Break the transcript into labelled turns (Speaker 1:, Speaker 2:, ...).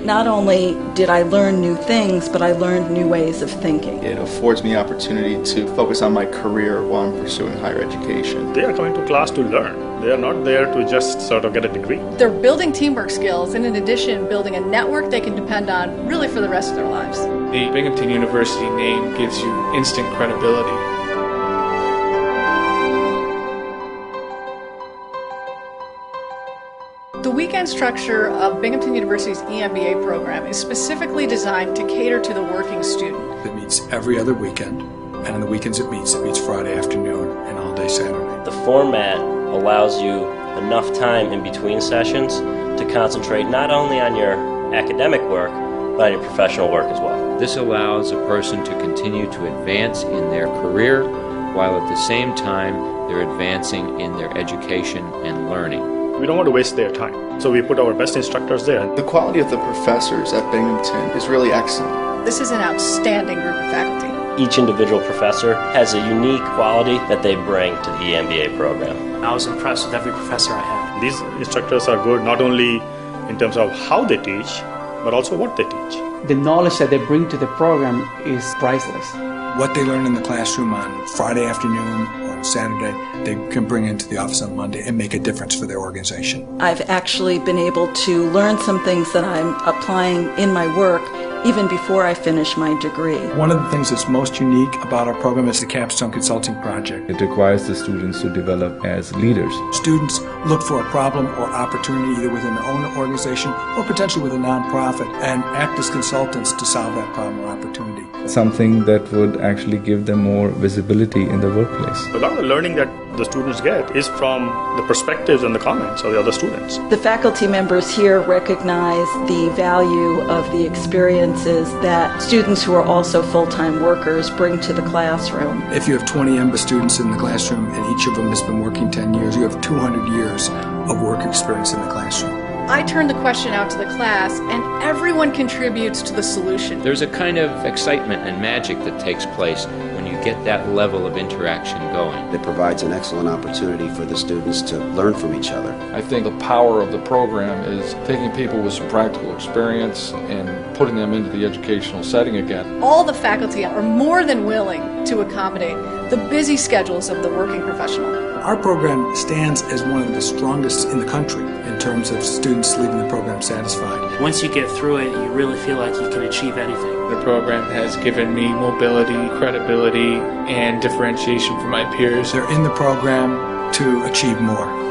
Speaker 1: Not only did I learn new things, but I learned new ways of thinking.
Speaker 2: It affords me opportunity to focus on my career while I'm pursuing higher education.
Speaker 3: They are coming to class to learn. They are not there to just sort of get a degree.
Speaker 4: They're building teamwork skills and, in addition, building a network they can depend on really for the rest of their lives.
Speaker 5: The Binghamton University name gives you instant credibility.
Speaker 4: The weekend structure of Binghamton University's E EMBA program is specifically designed to cater to the working student.
Speaker 6: It meets every other weekend, and on the weekends it meets, it meets Friday afternoon and all day Saturday.
Speaker 7: The format allows you enough time in between sessions to concentrate not only on your academic work, but on your professional work as well.
Speaker 8: This allows a person to continue to advance in their career while at the same time they're advancing in their education and learning.
Speaker 3: We don't want to waste their time. So we put our best instructors there.
Speaker 2: The quality of the professors at Binghamton is really excellent.
Speaker 4: This is an outstanding group of faculty.
Speaker 7: Each individual professor has a unique quality that they bring to the EMBA program.
Speaker 9: I was impressed with every professor I had.
Speaker 3: These instructors are good not only in terms of how they teach, but also what they teach.
Speaker 10: The knowledge that they bring to the program is priceless.
Speaker 6: What they learn in the classroom on Friday afternoon or on Saturday, they can bring into the office on Monday and make a difference for their organization.
Speaker 1: I've actually been able to learn some things that I'm applying in my work even before I finish my degree.
Speaker 6: One of the things that's most unique about our program is the Capstone Consulting Project.
Speaker 11: It requires the students to develop as leaders.
Speaker 6: Students look for a problem or opportunity either within their own organization or potentially with a nonprofit and act as consultants to solve that problem or opportunity.
Speaker 11: Something that would actually give them more visibility in the workplace.
Speaker 3: A lot of the learning that the students get is from the perspectives and the comments of the other students.
Speaker 1: The faculty members here recognize the value of the experiences that students who are also full time workers bring to the classroom.
Speaker 6: If you have 20 EMBA students in the classroom and each of them has been working 10 years, you have 200 years of work experience in the classroom.
Speaker 4: I turn the question out to the class, and everyone contributes to the solution.
Speaker 8: There's a kind of excitement and magic that takes place when you get that level of interaction going.
Speaker 12: It provides an excellent opportunity for the students to learn from each other.
Speaker 13: I think the power of the program is taking people with some practical experience and putting them into the educational setting again.
Speaker 4: All the faculty are more than willing to accommodate the busy schedules of the working professional.
Speaker 6: Our program stands as one of the strongest in the country in terms of students leaving the program satisfied.
Speaker 9: Once you get through it, you really feel like you can achieve anything.
Speaker 5: The program has given me mobility, credibility, and differentiation from my peers.
Speaker 6: They're in the program to achieve more.